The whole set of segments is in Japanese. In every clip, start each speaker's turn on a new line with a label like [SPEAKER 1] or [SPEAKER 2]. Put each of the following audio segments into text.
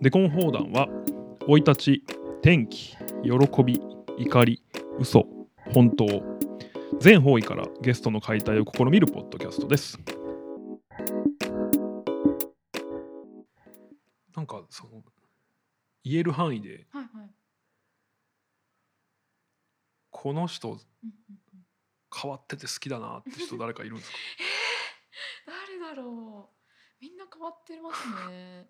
[SPEAKER 1] デコン砲弾は生い立ち天気喜び怒り嘘本当全方位からゲストの解体を試みるポッドキャストですなんかその言える範囲で
[SPEAKER 2] はいはい。
[SPEAKER 1] この人
[SPEAKER 2] うんうんうん
[SPEAKER 1] 変わってて好きだなって人誰かいるんで すか
[SPEAKER 2] 誰だろう。みんな変わってますね。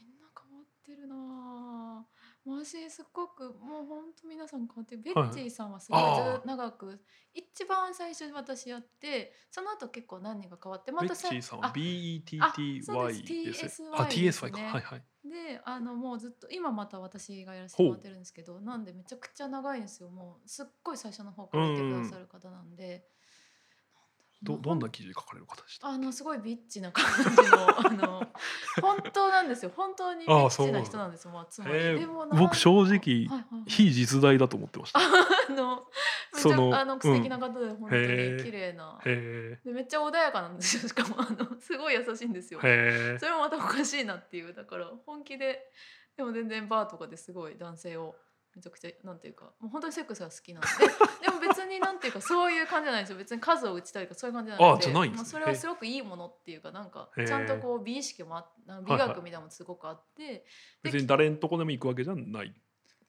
[SPEAKER 2] みんな変わってるなぁ。マジすっごくもう本当皆さん変わってる。ベ
[SPEAKER 1] はい
[SPEAKER 2] ッチーさんはすごいず
[SPEAKER 1] ああ
[SPEAKER 2] っ長く一番最初に私やって、その後結構何人か変わって、ま
[SPEAKER 1] ベ
[SPEAKER 2] た
[SPEAKER 1] ッチーさんは
[SPEAKER 2] あ
[SPEAKER 1] BETTY ですねあ
[SPEAKER 2] あそうです
[SPEAKER 1] TSY か
[SPEAKER 2] TSY
[SPEAKER 1] はいはい
[SPEAKER 2] であのもうずっと今また私がやらせてもらってるんですけどなんでめちゃくちゃ長いんですよもうすっごい最初の方からいてくださる方なんで、
[SPEAKER 1] ど
[SPEAKER 2] なんだろ
[SPEAKER 1] ど
[SPEAKER 2] うん
[SPEAKER 1] な記事書かれる方でした
[SPEAKER 2] あのすごいビッチな感 じのあの本当なんですよ本当にビ
[SPEAKER 1] ああ
[SPEAKER 2] ッ
[SPEAKER 1] そう
[SPEAKER 2] チ
[SPEAKER 1] なん
[SPEAKER 2] な
[SPEAKER 1] だ
[SPEAKER 2] 人なんですよもうつま
[SPEAKER 1] へえ
[SPEAKER 2] りでもなん
[SPEAKER 1] 僕正直
[SPEAKER 2] はいはい
[SPEAKER 1] 非実在だと思ってましたへ
[SPEAKER 2] あのめ
[SPEAKER 1] そ
[SPEAKER 2] ち
[SPEAKER 1] の
[SPEAKER 2] ゃあの素敵な方で本当に
[SPEAKER 1] へえ
[SPEAKER 2] 綺麗な
[SPEAKER 1] え
[SPEAKER 2] でめっちゃ穏やかなんですよしかもあのすごい優しいんですよ
[SPEAKER 1] へえ
[SPEAKER 2] それもまたおかしいなっていうだから本気ででも全然バーとかですごい男性をめちゃくちゃなんていうかもう本当にセックスが好きな んででも別になんていうかそういう感じじゃないんですよ別に数を打ちたいとかそういう感じじゃなく
[SPEAKER 1] あ
[SPEAKER 2] て
[SPEAKER 1] じゃないんですね
[SPEAKER 2] もうそれはすごくいいものっていうかなんか
[SPEAKER 1] へえ
[SPEAKER 2] ちゃんとこう美意識もあなんか美学みたいなのもすごくあって、
[SPEAKER 1] 別に誰んとこでも行くわけじゃない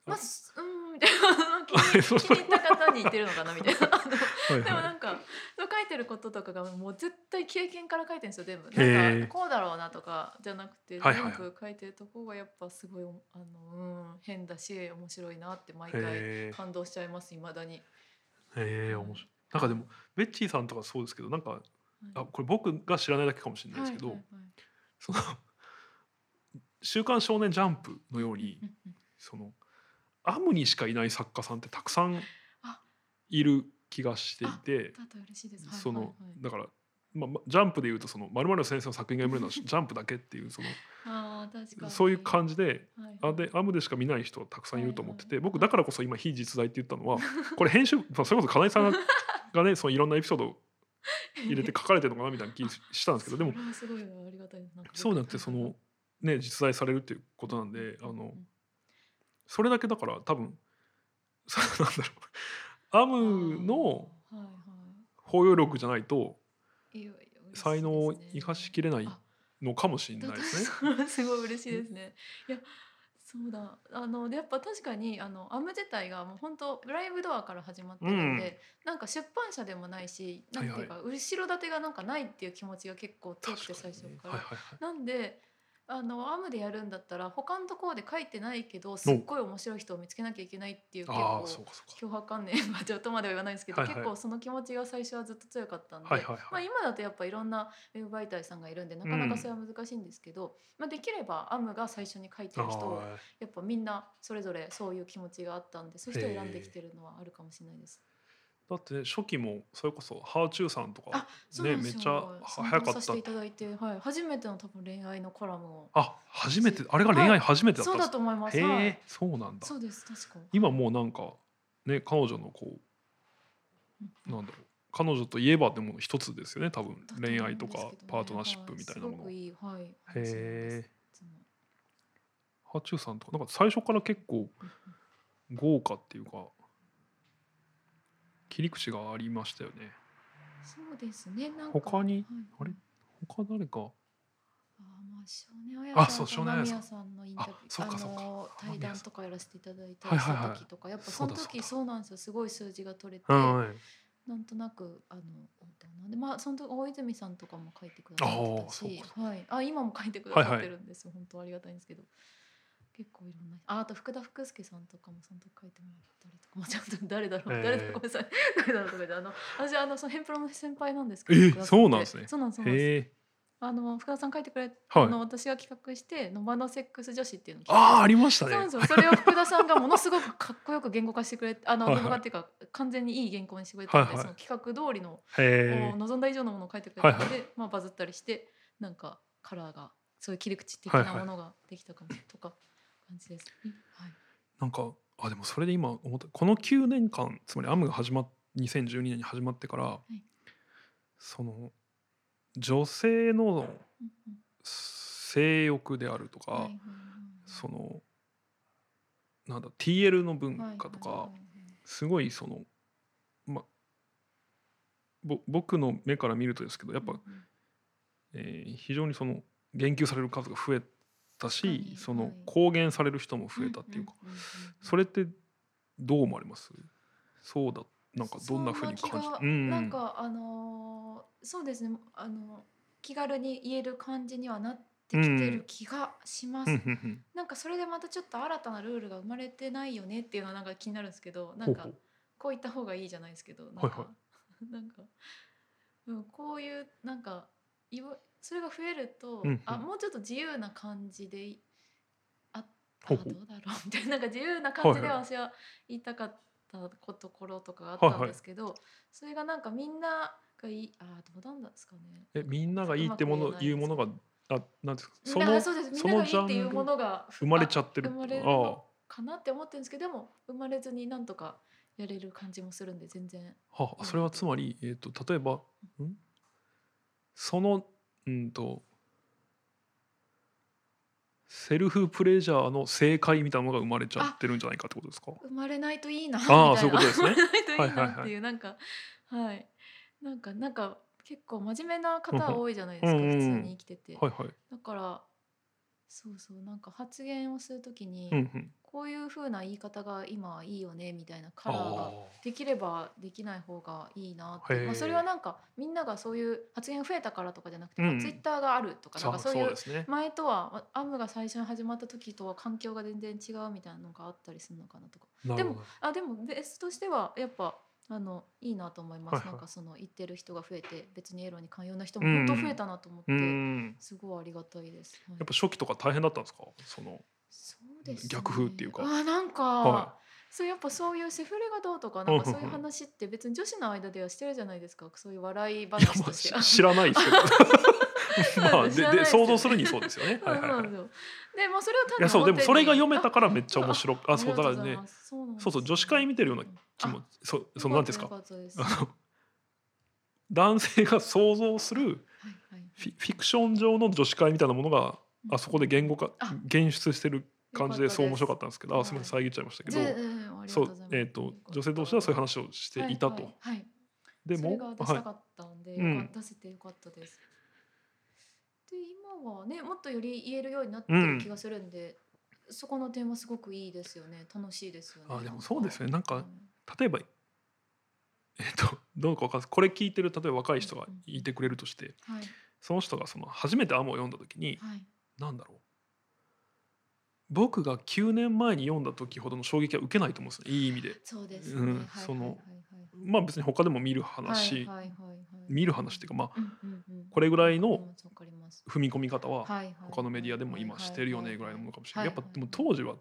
[SPEAKER 2] まあすうーんみたい な気に気に入った方に言ってるのかなみたいな。あの
[SPEAKER 1] はい
[SPEAKER 2] でもな
[SPEAKER 1] は
[SPEAKER 2] んかそう書いてることとかがもう絶対経験から書いてるんですよ全部
[SPEAKER 1] へえ
[SPEAKER 2] なんかこうだろうなとかじゃなくて
[SPEAKER 1] はい
[SPEAKER 2] 全
[SPEAKER 1] はい
[SPEAKER 2] 部書いてるとこがやっぱすごいあのうん変だし面白いなって毎
[SPEAKER 1] い
[SPEAKER 2] 回
[SPEAKER 1] へ
[SPEAKER 2] 感動しちゃいますいまだに。
[SPEAKER 1] えへえ面白いなんかでもベッチーさんとかそうですけどなんかあ
[SPEAKER 2] はい
[SPEAKER 1] これ僕が知らないだけかもしれないですけど、
[SPEAKER 2] はいはいはい
[SPEAKER 1] その「週刊少年ジャンプ」のように
[SPEAKER 2] うんうん
[SPEAKER 1] そのアムにしかいない作家さんってたくさん
[SPEAKER 2] あ
[SPEAKER 1] いる気がしていて
[SPEAKER 2] だと嬉しいです。はい
[SPEAKER 1] そ
[SPEAKER 2] は
[SPEAKER 1] の
[SPEAKER 2] いはい
[SPEAKER 1] だから、まあまあ、ジャンプでいうとその丸々先生の作品が読めるのはジャンプだけっていうそ
[SPEAKER 2] あー確か
[SPEAKER 1] の
[SPEAKER 2] に
[SPEAKER 1] そういう感じで。
[SPEAKER 2] はいはい
[SPEAKER 1] あでアムでしか見ない人はたくさんいると思ってて
[SPEAKER 2] はいはい
[SPEAKER 1] 僕だからこそ今非実在って言ったのはこれ編集まあそれこそ金井さんがが ねそのいろんなエピソードを入れて書かれてるのかなみたいな気したんですけどでも
[SPEAKER 2] それはすごいありがたいですなんか
[SPEAKER 1] そうじゃなくてそのね実在されるっていうことなんであのそれだけだから多分 そうなんだろうア
[SPEAKER 2] う
[SPEAKER 1] ム
[SPEAKER 2] ん
[SPEAKER 1] の
[SPEAKER 2] あーはいは
[SPEAKER 1] 包容力じゃないと
[SPEAKER 2] いいやいや嬉しいですね
[SPEAKER 1] 才能を生かしきれない
[SPEAKER 2] あ
[SPEAKER 1] のかもしれ
[SPEAKER 2] だ
[SPEAKER 1] ないですね。
[SPEAKER 2] と すごい嬉しいですね。いやそうだあのでやっぱ確かにあのアム自体がもう本当ライブドアから始まってるんで、なんか出版社でもないしなんていうか、後ろ盾がなんかないっていう気持ちが結構強く
[SPEAKER 1] 確か
[SPEAKER 2] て最
[SPEAKER 1] に
[SPEAKER 2] 初
[SPEAKER 1] ね
[SPEAKER 2] から。
[SPEAKER 1] はいはいはい
[SPEAKER 2] なんであのアムでやるんだったら他のところで書いてないけどすっごい面白い人を見つけなきゃいけないっていう結
[SPEAKER 1] あ
[SPEAKER 2] 構
[SPEAKER 1] あそうかそう
[SPEAKER 2] 脅迫観念はちょっとまでは言わないんですけど、
[SPEAKER 1] はいはい
[SPEAKER 2] 結構その気持ちが最初はずっと強かったんで、
[SPEAKER 1] か。はいはい
[SPEAKER 2] まあ、
[SPEAKER 1] はい。
[SPEAKER 2] 今だとやっぱいろんなウェブ媒体さんがいるんでなかなかそれは難しいんですけど、まあ、できればアムが最初に書いてる人を
[SPEAKER 1] はい
[SPEAKER 2] やっぱみんなそれぞれそういう気持ちがあったんでそういう人を選んできてるのはあるかもしれないです。
[SPEAKER 1] だってね初期もそれこそハーチューさんとか
[SPEAKER 2] あそうなん
[SPEAKER 1] ね
[SPEAKER 2] で
[SPEAKER 1] めっ
[SPEAKER 2] す
[SPEAKER 1] ちゃ
[SPEAKER 2] よ
[SPEAKER 1] は
[SPEAKER 2] 賛
[SPEAKER 1] 早
[SPEAKER 2] 同
[SPEAKER 1] か
[SPEAKER 2] さ
[SPEAKER 1] っ
[SPEAKER 2] せ
[SPEAKER 1] た
[SPEAKER 2] てい。ただいて、はい、初めての多分恋愛のコラムを
[SPEAKER 1] あ初めてあれが恋愛初めてだった
[SPEAKER 2] そ
[SPEAKER 1] ん
[SPEAKER 2] う
[SPEAKER 1] で
[SPEAKER 2] だ
[SPEAKER 1] す
[SPEAKER 2] と思います。
[SPEAKER 1] か。
[SPEAKER 2] は
[SPEAKER 1] へ
[SPEAKER 2] い
[SPEAKER 1] え、そうなんだ。
[SPEAKER 2] そうです確か
[SPEAKER 1] 今もうなんかね彼女のこうなんだろう彼女といえばでも一つですよね多分
[SPEAKER 2] だと思うんですけどね
[SPEAKER 1] 恋愛とかパートナーシップみたいなもの
[SPEAKER 2] は。すごくいい、はい、話なんです
[SPEAKER 1] へえ
[SPEAKER 2] いつも
[SPEAKER 1] ハチューさんとかなんか最初から結構豪華っていうか切り口がありましたよね
[SPEAKER 2] そうですねなんか
[SPEAKER 1] 他に
[SPEAKER 2] はい
[SPEAKER 1] あれ他誰か
[SPEAKER 2] あまあ少年親
[SPEAKER 1] あそ
[SPEAKER 2] さん
[SPEAKER 1] う
[SPEAKER 2] と
[SPEAKER 1] 少年
[SPEAKER 2] 間
[SPEAKER 1] 綾さん
[SPEAKER 2] 宮さんのインタビュー
[SPEAKER 1] あそうかそうか
[SPEAKER 2] の
[SPEAKER 1] 間
[SPEAKER 2] 対
[SPEAKER 1] 宮
[SPEAKER 2] 談
[SPEAKER 1] さん
[SPEAKER 2] とかやらせていただいた
[SPEAKER 1] はい
[SPEAKER 2] りし
[SPEAKER 1] はい
[SPEAKER 2] た
[SPEAKER 1] はい
[SPEAKER 2] 時とか、やっぱ
[SPEAKER 1] そ
[SPEAKER 2] そうの
[SPEAKER 1] だそう
[SPEAKER 2] 時
[SPEAKER 1] だ
[SPEAKER 2] そうなんですよすごい数字が取れて、
[SPEAKER 1] はい
[SPEAKER 2] なんとなくあのなんでまあその時大泉さんとかも書いてくださってたし
[SPEAKER 1] あーそうか、
[SPEAKER 2] はい、あ今も書いてくだ
[SPEAKER 1] はいはい
[SPEAKER 2] さってるんですよ、本当ありがたいんですけど結構いろんなああと福田福介さんとかもその時書いてもらったりとか、まあ、ちょっと誰だろう、
[SPEAKER 1] えー
[SPEAKER 2] 誰だろうごめんなさい 誰だろうとかであの私あのそのヘンプロの先輩なんですけ
[SPEAKER 1] え
[SPEAKER 2] ど福田さって
[SPEAKER 1] そうなんですね
[SPEAKER 2] そうなんですそうなんです
[SPEAKER 1] へえ
[SPEAKER 2] あの福田さん書いてくれた、
[SPEAKER 1] はい
[SPEAKER 2] あの私が企画して「野場のセックス女子」っていうのを
[SPEAKER 1] あああ
[SPEAKER 2] り
[SPEAKER 1] りました
[SPEAKER 2] そう
[SPEAKER 1] ね
[SPEAKER 2] なんですよそれを福田さんがものすごくかっこよく言語化し てくれてあの
[SPEAKER 1] はい
[SPEAKER 2] 言
[SPEAKER 1] はい
[SPEAKER 2] 語化っていうか完全にいい原稿にしてくれたので、
[SPEAKER 1] はいはい
[SPEAKER 2] その企画通りの、
[SPEAKER 1] へ
[SPEAKER 2] こ
[SPEAKER 1] え
[SPEAKER 2] う望んだ以上のものを書いてくれたので、
[SPEAKER 1] は
[SPEAKER 2] まあ、バズったりしてなんかカラーがそういう切り口的なものができたかも、とか感じです。はい
[SPEAKER 1] なんかあでもそれで今思ったこの9年間つまりアムが始まっ2012年に始まってから、
[SPEAKER 2] い
[SPEAKER 1] その女性の
[SPEAKER 2] うんうん
[SPEAKER 1] 性欲であるとか、
[SPEAKER 2] はいはいはい
[SPEAKER 1] そのなんだ TL の文化とかすごいそのまぼ僕の目から見るとですけどやっぱ、えー非常にその言及される数が増えた
[SPEAKER 2] は
[SPEAKER 1] し
[SPEAKER 2] い
[SPEAKER 1] その
[SPEAKER 2] はい
[SPEAKER 1] 公言される人も増えたっていうかそれってどう思われますそうだなんかどんなふうに感じ
[SPEAKER 2] そんな気が
[SPEAKER 1] うんうん
[SPEAKER 2] なんかあのーそうですねあの気軽に言える感じにはなってきてる気がします、
[SPEAKER 1] うんうんうん
[SPEAKER 2] なんかそれでまたちょっと新たなルールが生まれてないよねっていうのはなんか気になるんですけどな
[SPEAKER 1] ほうんほ
[SPEAKER 2] か
[SPEAKER 1] う
[SPEAKER 2] こういった方がいいじゃないですけどなんか、
[SPEAKER 1] はいは
[SPEAKER 2] なんか、うん、こういうなんかいわそれが増えると、
[SPEAKER 1] うんうん
[SPEAKER 2] あもうちょっと自由な感じでいああ
[SPEAKER 1] ほう
[SPEAKER 2] ど
[SPEAKER 1] ほ
[SPEAKER 2] う
[SPEAKER 1] う
[SPEAKER 2] だろうみたいななんか自由な感じで
[SPEAKER 1] はいは
[SPEAKER 2] 私は言いたかったこところとかあったんですけど、それがなんかみんながいいあどうなんですかね。
[SPEAKER 1] えみんながいいっても
[SPEAKER 2] う
[SPEAKER 1] の
[SPEAKER 2] まく言え
[SPEAKER 1] いう
[SPEAKER 2] ないです
[SPEAKER 1] ものがあなんですかそ
[SPEAKER 2] だか
[SPEAKER 1] の
[SPEAKER 2] らそうですみんながいいっていうものが
[SPEAKER 1] 生まれちゃってる
[SPEAKER 2] あ生まれる
[SPEAKER 1] ああ
[SPEAKER 2] のかなって思ってるんですけどでも生まれずになんとかやれる感じもするんで全然
[SPEAKER 1] はあ、それはつまり、えー、と例えばんそのうんとセルフプレジャーの正解みたいなものが生まれちゃってるんじゃないかってことですか
[SPEAKER 2] 生まれないといいなみたい
[SPEAKER 1] あ
[SPEAKER 2] な
[SPEAKER 1] あそういうことですね
[SPEAKER 2] 生ま れな
[SPEAKER 1] はい
[SPEAKER 2] いといいなって
[SPEAKER 1] はい
[SPEAKER 2] いうなんかはいなんかなんか結構真面目な方多いじゃないで
[SPEAKER 1] う
[SPEAKER 2] す
[SPEAKER 1] ん
[SPEAKER 2] か
[SPEAKER 1] うんうん
[SPEAKER 2] 普通に生きてて
[SPEAKER 1] はいはい。
[SPEAKER 2] だからそうそうなんか発言をするときに
[SPEAKER 1] うんうん、
[SPEAKER 2] こういう風な言い方が今はいいよねみたいなカ
[SPEAKER 1] あ
[SPEAKER 2] ラーが
[SPEAKER 1] あ
[SPEAKER 2] できればできない方がいいなって、
[SPEAKER 1] へー
[SPEAKER 2] まあ、それはなんかみんながそういう発言増えたからとかじゃなくて、
[SPEAKER 1] うん
[SPEAKER 2] まあツイッターがあるとかな
[SPEAKER 1] そ
[SPEAKER 2] んか
[SPEAKER 1] う
[SPEAKER 2] そ
[SPEAKER 1] そう
[SPEAKER 2] いうう
[SPEAKER 1] ですね。
[SPEAKER 2] 前とはまアムが最初に始まった時とは環境が全然違うみたいなのがあったりするのかなとか
[SPEAKER 1] なるほど
[SPEAKER 2] であでもベースとしてはやっぱあのいいなと思います、
[SPEAKER 1] はいはい
[SPEAKER 2] なんかその言ってる人が増えて別にエロに寛容な人も本当増えたなと思って、
[SPEAKER 1] うん
[SPEAKER 2] すごいありがたいです。はい
[SPEAKER 1] やっぱ初期とか大変だったんですかその
[SPEAKER 2] そうです、
[SPEAKER 1] 逆風っていうか
[SPEAKER 2] あなんか、
[SPEAKER 1] は
[SPEAKER 2] そうやっぱそういうセフレがどうとか
[SPEAKER 1] う
[SPEAKER 2] なん
[SPEAKER 1] うんう
[SPEAKER 2] ん
[SPEAKER 1] ん
[SPEAKER 2] かそういう話って別に女子の間ではしてるじゃないですかそういう笑い
[SPEAKER 1] いや
[SPEAKER 2] 話
[SPEAKER 1] ま
[SPEAKER 2] と
[SPEAKER 1] あし
[SPEAKER 2] しては。
[SPEAKER 1] 知らないですけどまあ
[SPEAKER 2] 知
[SPEAKER 1] で
[SPEAKER 2] らない
[SPEAKER 1] で
[SPEAKER 2] ですよ
[SPEAKER 1] 想像するにそうですよね。
[SPEAKER 2] そう
[SPEAKER 1] はいはい
[SPEAKER 2] な
[SPEAKER 1] は
[SPEAKER 2] ん
[SPEAKER 1] い
[SPEAKER 2] ですよでもうそれを単
[SPEAKER 1] いやそうでもそれが読めたからめっちゃ面
[SPEAKER 2] い
[SPEAKER 1] 白いあそうだからね
[SPEAKER 2] そうなんです
[SPEAKER 1] そうそう女子会見てるような気持ちそうそのなんていうんですか
[SPEAKER 2] よかったですは
[SPEAKER 1] あの男性が想像する
[SPEAKER 2] いはい
[SPEAKER 1] フィフィクション上の女子会みたいなものがあそこで言語化
[SPEAKER 2] あ
[SPEAKER 1] 現出してる感じでそう面白かったんですけど
[SPEAKER 2] は
[SPEAKER 1] あ
[SPEAKER 2] い
[SPEAKER 1] すみません遮っちゃいましたけど
[SPEAKER 2] ぜうんありがと
[SPEAKER 1] そう
[SPEAKER 2] ござ
[SPEAKER 1] う
[SPEAKER 2] います
[SPEAKER 1] えーと女性同士はそういう話をしていたと、
[SPEAKER 2] はいはいはい
[SPEAKER 1] で
[SPEAKER 2] それ
[SPEAKER 1] も
[SPEAKER 2] が出し
[SPEAKER 1] は
[SPEAKER 2] た
[SPEAKER 1] い
[SPEAKER 2] かったんで、
[SPEAKER 1] うん
[SPEAKER 2] よかった出せてよかったです。で今はねもっとより言えるようになってる気がするんで、そこの点はすごくいいですよね楽しいですよね。
[SPEAKER 1] あでもそうですねなん
[SPEAKER 2] う
[SPEAKER 1] か
[SPEAKER 2] ん
[SPEAKER 1] 例えばえっ、と どうかわかんないこれ聞いてる例えば若い人がいてくれるとして
[SPEAKER 2] はい
[SPEAKER 1] その人がその初めて「アム」を読んだ時に
[SPEAKER 2] はい
[SPEAKER 1] なんだろう僕が9年前に読んだ時ほどの衝撃は受けないと思うんですねいい意味で。
[SPEAKER 2] そうです
[SPEAKER 1] う
[SPEAKER 2] ね。
[SPEAKER 1] ん
[SPEAKER 2] はい
[SPEAKER 1] その
[SPEAKER 2] はい
[SPEAKER 1] まあ別に他でも見る
[SPEAKER 2] はいはい
[SPEAKER 1] 話、
[SPEAKER 2] はいはいはい
[SPEAKER 1] 見る話っていうかまあ
[SPEAKER 2] うんうんうん
[SPEAKER 1] これぐらいの
[SPEAKER 2] わかりますわかります
[SPEAKER 1] 踏み込み方は
[SPEAKER 2] はいはい
[SPEAKER 1] 他のメディアでも今してるよねぐらいのものかもしれないやっぱでも
[SPEAKER 2] は
[SPEAKER 1] 当時は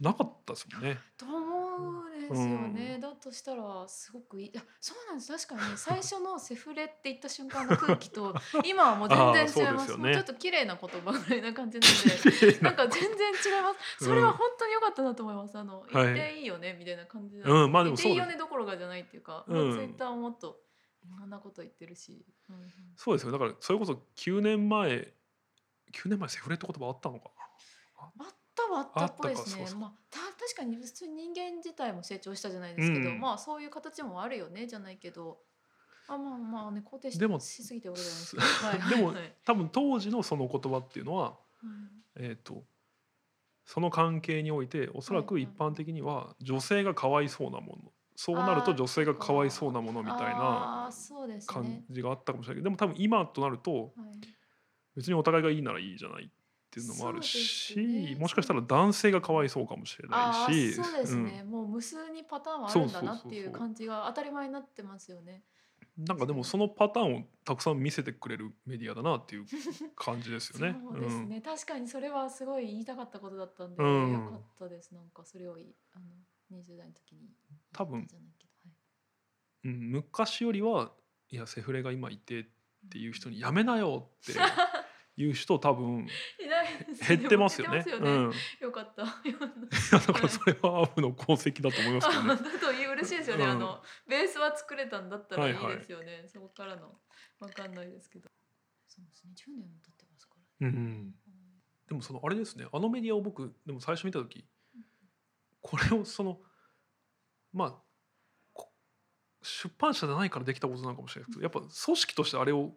[SPEAKER 1] なかったですもんね。
[SPEAKER 2] と思うんですよね、だとしたらすごくいいあそうなんです確かに 最初のセフレって言った瞬間の空 気と今はもう全然違い
[SPEAKER 1] あーそうで
[SPEAKER 2] ますす
[SPEAKER 1] よね
[SPEAKER 2] もうちょっと綺麗な言葉ぐらいな感じな んでなんか全然違いますそれは本当に良かったなと思いますあの
[SPEAKER 1] い
[SPEAKER 2] 言っていいよねみたいな感じなん
[SPEAKER 1] うんまあでも
[SPEAKER 2] 言っていい
[SPEAKER 1] そう
[SPEAKER 2] よ
[SPEAKER 1] で
[SPEAKER 2] ねどころかじゃないっていうか、
[SPEAKER 1] うん
[SPEAKER 2] もうツイッターももっといろんなこと言ってるし、うんうん
[SPEAKER 1] そうですよだからそれこそ9年前9年前セフレって言葉あったのか
[SPEAKER 2] あったはあったっぽいです
[SPEAKER 1] あったかそう
[SPEAKER 2] ね
[SPEAKER 1] そう
[SPEAKER 2] まあた確かに普通に人間自体も成長したじゃないですけど、
[SPEAKER 1] うん
[SPEAKER 2] まあそういう形もあるよねじゃないけどあまあまあね肯定し
[SPEAKER 1] でも
[SPEAKER 2] しすぎて俺らですけど、はいはい
[SPEAKER 1] でも
[SPEAKER 2] はい
[SPEAKER 1] 多分当時のその言葉っていうのは、
[SPEAKER 2] うん
[SPEAKER 1] えー、とその関係においておそらく一般的には女性がかわいそうなものそうなると女性がかわいそうなものみたいな
[SPEAKER 2] あーそうです
[SPEAKER 1] 感
[SPEAKER 2] ね、
[SPEAKER 1] じがあったかもしれないけどでも多分今となると
[SPEAKER 2] はい、
[SPEAKER 1] 別にお互いがいいならいいじゃないっていうのもあるし、
[SPEAKER 2] そうですね
[SPEAKER 1] もしかしたら男性がかわいそうかもしれな
[SPEAKER 2] ああ
[SPEAKER 1] いし
[SPEAKER 2] そうですね、もう無数にパターンはあるんだなってい
[SPEAKER 1] そうそうそうそう
[SPEAKER 2] う感じが当たり前になってますよね
[SPEAKER 1] うんなんかでもそのパターンをたくさん見せてくれるメディアだなっていう感じですよね。
[SPEAKER 2] そうですね、確かにそれはすごい言いたかったことだったんで、
[SPEAKER 1] うん
[SPEAKER 2] よかったですなんかそれをいあの20代の時に
[SPEAKER 1] 多分
[SPEAKER 2] じゃないけどはい
[SPEAKER 1] うんうん昔よりはいやセフレが今いてっていう人に「やめなよ」って いう人多分
[SPEAKER 2] いないですね
[SPEAKER 1] 減ってますよね。
[SPEAKER 2] 減って
[SPEAKER 1] う
[SPEAKER 2] ますよね
[SPEAKER 1] ん、い
[SPEAKER 2] よかった。
[SPEAKER 1] やだからそれはアームの功績だと思いますけど
[SPEAKER 2] あ
[SPEAKER 1] ね。
[SPEAKER 2] だといい嬉しいですよね、
[SPEAKER 1] うん
[SPEAKER 2] あのベースは作れたんだったら
[SPEAKER 1] はい
[SPEAKER 2] いい
[SPEAKER 1] いはい
[SPEAKER 2] ですよね、そこからのわかんないですけどそうですね10年も経ってますから、
[SPEAKER 1] うん、でもそのあれですねあのメディアを僕でも最初見た時これをそのまあこ出版社じゃないからできたことなのかもしれないですけどやっぱ組織としてあれを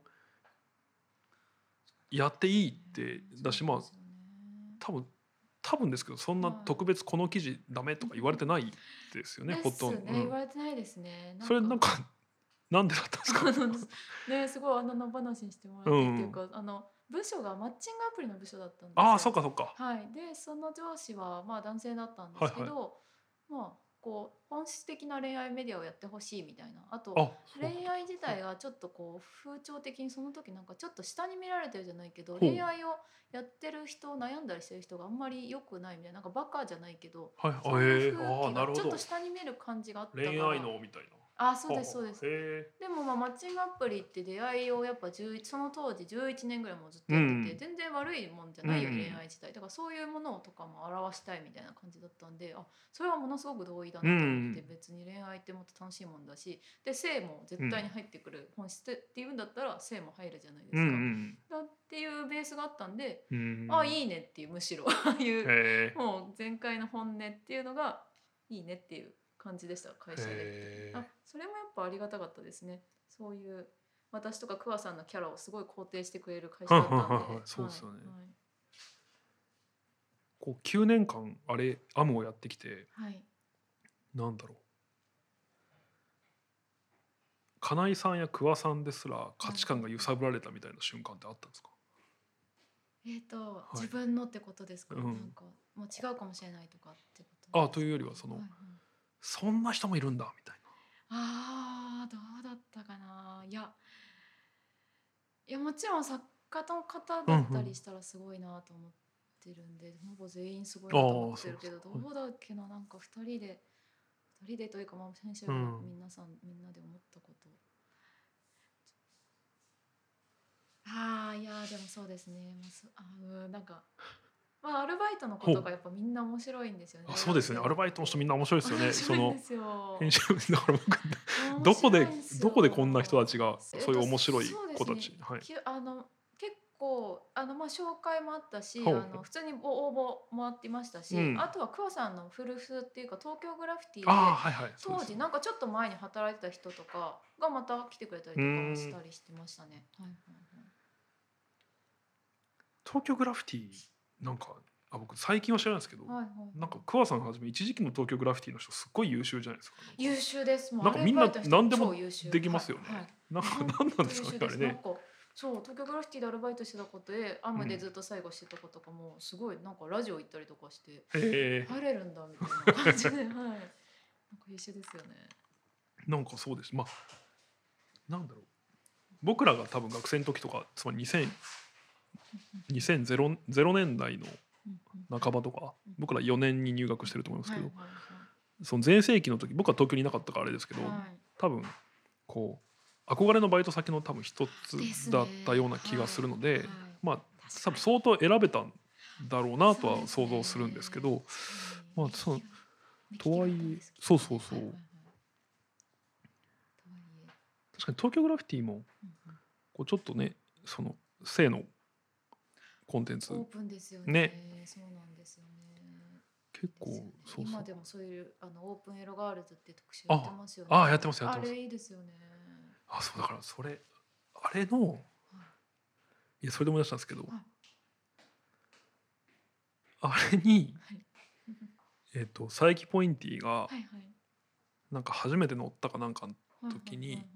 [SPEAKER 1] やっていいってだしまあ多分多分ですけどそんな特別この記事ダメとか言われてないですよね、
[SPEAKER 2] で
[SPEAKER 1] ほ
[SPEAKER 2] す
[SPEAKER 1] とん
[SPEAKER 2] ね
[SPEAKER 1] ど、う、
[SPEAKER 2] 言
[SPEAKER 1] ん
[SPEAKER 2] われてないですね。
[SPEAKER 1] それなんかなんでだったんですか
[SPEAKER 2] あのねすごいあの野放しにしてもらってっていうか、あの部署がマッチングアプリの部署だったんですよ
[SPEAKER 1] ああそっかそっか
[SPEAKER 2] はい、でその上司はまあ男性だったんですけど、まあこう本質的な恋愛メディアをやってほしいみたいなあと
[SPEAKER 1] あそう
[SPEAKER 2] 恋愛自体がちょっとこう風潮的にその時なんかちょっと下に見られてるじゃないけど
[SPEAKER 1] う
[SPEAKER 2] 恋愛をやってる人悩んだりしてる人があんまり良くないみたいななんかバカじゃないけど
[SPEAKER 1] はい
[SPEAKER 2] そう
[SPEAKER 1] あ
[SPEAKER 2] い
[SPEAKER 1] え
[SPEAKER 2] う
[SPEAKER 1] え
[SPEAKER 2] 風
[SPEAKER 1] ああ
[SPEAKER 2] 景
[SPEAKER 1] な
[SPEAKER 2] が
[SPEAKER 1] るほ
[SPEAKER 2] ちょっ
[SPEAKER 1] ど
[SPEAKER 2] と下に見る感じがあったから
[SPEAKER 1] 恋愛のみたいな
[SPEAKER 2] あそうですそうです
[SPEAKER 1] へえ
[SPEAKER 2] でもまあマッチングアプリって出会いをやっぱ11その当時11年ぐらいもずっとやってて、
[SPEAKER 1] うん
[SPEAKER 2] 全然悪いもんじゃないよ、
[SPEAKER 1] うん
[SPEAKER 2] 恋愛自体だからそういうものとかも表したいみたいな感じだったんであそれはものすごく同意だなと思って、
[SPEAKER 1] うん
[SPEAKER 2] 別に恋愛ってもっと楽しいもんだしで性も絶対に入ってくる、本質っていうんだったら性も入るじゃないで
[SPEAKER 1] う
[SPEAKER 2] すか、
[SPEAKER 1] ん
[SPEAKER 2] だっていうベースがあったんで、
[SPEAKER 1] うんうん
[SPEAKER 2] あいいねっていうむしろああいう
[SPEAKER 1] へえ
[SPEAKER 2] もう全開の本音っていうのがいいねっていう感じでした会社で。
[SPEAKER 1] へえ
[SPEAKER 2] あそれもやっぱありがたかったですねそういう私とか桑さんのキャラをすごい肯定してくれる会社だったんで、
[SPEAKER 1] はいはいはいはい そうですよね
[SPEAKER 2] は
[SPEAKER 1] こう9年間あれアムをやってきて
[SPEAKER 2] い、はい
[SPEAKER 1] なんだろう金井さんや桑さんですら価値観が揺さぶられたみたいな瞬間ってあったんですか
[SPEAKER 2] えっ、と、
[SPEAKER 1] い
[SPEAKER 2] 自分のってことですか、
[SPEAKER 1] うん
[SPEAKER 2] なんかもう違うかもしれないとかってこと
[SPEAKER 1] あというよりはその、
[SPEAKER 2] はいはい
[SPEAKER 1] そんな人もいるんだみたい
[SPEAKER 2] あーどうだったかないやいやもちろん作家の方だったりしたらすごいなと思ってるんで、ほぼ全員すごいなと思ってるけど
[SPEAKER 1] あーそうそう
[SPEAKER 2] どうだっけななんか2人で2人でというかまあ先週も
[SPEAKER 1] うん
[SPEAKER 2] 皆さん、みんなで思ったことああいやーでもそうですね、まあ、そあーうんなんか。まあ、アルバイトの子と
[SPEAKER 1] ほ
[SPEAKER 2] かやっぱみんな面白いんですよね。
[SPEAKER 1] なあそうですよねアルバイトの人みんな面白いですよねその
[SPEAKER 2] 面白いんですよ
[SPEAKER 1] 編集だから僕どこでどこでこんな人たちが
[SPEAKER 2] えっと
[SPEAKER 1] そういう面白い子た
[SPEAKER 2] そうです
[SPEAKER 1] ち
[SPEAKER 2] ね
[SPEAKER 1] はい
[SPEAKER 2] きゅあの結構あのまあ紹介もあったし、
[SPEAKER 1] ほう
[SPEAKER 2] あの普通に応募もあってましたし、
[SPEAKER 1] うん
[SPEAKER 2] あとは桑さんの古巣っていうか東京グラフィティ
[SPEAKER 1] ああ
[SPEAKER 2] で
[SPEAKER 1] はいはいそう
[SPEAKER 2] 当
[SPEAKER 1] です
[SPEAKER 2] 時なんかちょっと前に働いてた人とかがまた来てくれたりとかもしたりしてましたね。はいはいはい
[SPEAKER 1] 東京グラフィティなんかあ僕最近は知らないですけど、
[SPEAKER 2] はいはい
[SPEAKER 1] なんか桑さんはじめ一時期の東京グラフィティの人すっごい優秀じゃないですかなんか
[SPEAKER 2] 優秀です。もう
[SPEAKER 1] なんかみんな
[SPEAKER 2] アルバイトの人
[SPEAKER 1] 何でも
[SPEAKER 2] 超優秀
[SPEAKER 1] できますよね
[SPEAKER 2] はいはい
[SPEAKER 1] なんか
[SPEAKER 2] 本
[SPEAKER 1] 何なんですか
[SPEAKER 2] 当
[SPEAKER 1] ね
[SPEAKER 2] に
[SPEAKER 1] あれ
[SPEAKER 2] 優秀ですな
[SPEAKER 1] ね
[SPEAKER 2] んかそう東京グラフィティでアルバイトしてたことでアムでずっと最後してたこととかもすごいなんかラジオ行ったりとかして
[SPEAKER 1] え
[SPEAKER 2] 入れるんだみたいな 感じではいなんか優秀ですよね
[SPEAKER 1] ー、なんかそうですまあなんだろう僕らが多分学生の時とかつまり2000 2000年代の
[SPEAKER 2] うんうん
[SPEAKER 1] 半ばとか僕ら4年に入学してると思います
[SPEAKER 2] は
[SPEAKER 1] け
[SPEAKER 2] い
[SPEAKER 1] ど、
[SPEAKER 2] はい
[SPEAKER 1] その全盛期の時僕は東京にいなかったからあれですけど、
[SPEAKER 2] はい
[SPEAKER 1] 多分こう憧れのバイト先の多分一
[SPEAKER 2] です
[SPEAKER 1] つ
[SPEAKER 2] ね
[SPEAKER 1] だったような気がするので
[SPEAKER 2] はい
[SPEAKER 1] まあ多
[SPEAKER 2] 確かに
[SPEAKER 1] 分相当選べたんだろうなとは想像するんですけどまあそう
[SPEAKER 2] うん
[SPEAKER 1] とはいえ
[SPEAKER 2] ミキティが大好きです
[SPEAKER 1] そうそうそう
[SPEAKER 2] はいはい
[SPEAKER 1] 確か
[SPEAKER 2] はいとはいえ
[SPEAKER 1] に東京グラフィティも
[SPEAKER 2] うん
[SPEAKER 1] こうちょっとねその性のコンテンツ
[SPEAKER 2] うんオープンですよねそうなんですよね
[SPEAKER 1] 結構
[SPEAKER 2] ですよね
[SPEAKER 1] そうそ
[SPEAKER 2] 今
[SPEAKER 1] う
[SPEAKER 2] でもそういうあのオープンエロガールズって特集
[SPEAKER 1] あ
[SPEAKER 2] やってますよね。
[SPEAKER 1] あやってますやってます
[SPEAKER 2] あれいいですよね。
[SPEAKER 1] あそうだからそれあれのいやそれで思い出したんですけど
[SPEAKER 2] はい
[SPEAKER 1] あれに
[SPEAKER 2] はい
[SPEAKER 1] えっと佐伯ポインティが
[SPEAKER 2] はいはい。
[SPEAKER 1] なんか初めて乗ったかなんか
[SPEAKER 2] はい
[SPEAKER 1] 時に
[SPEAKER 2] はいはいはい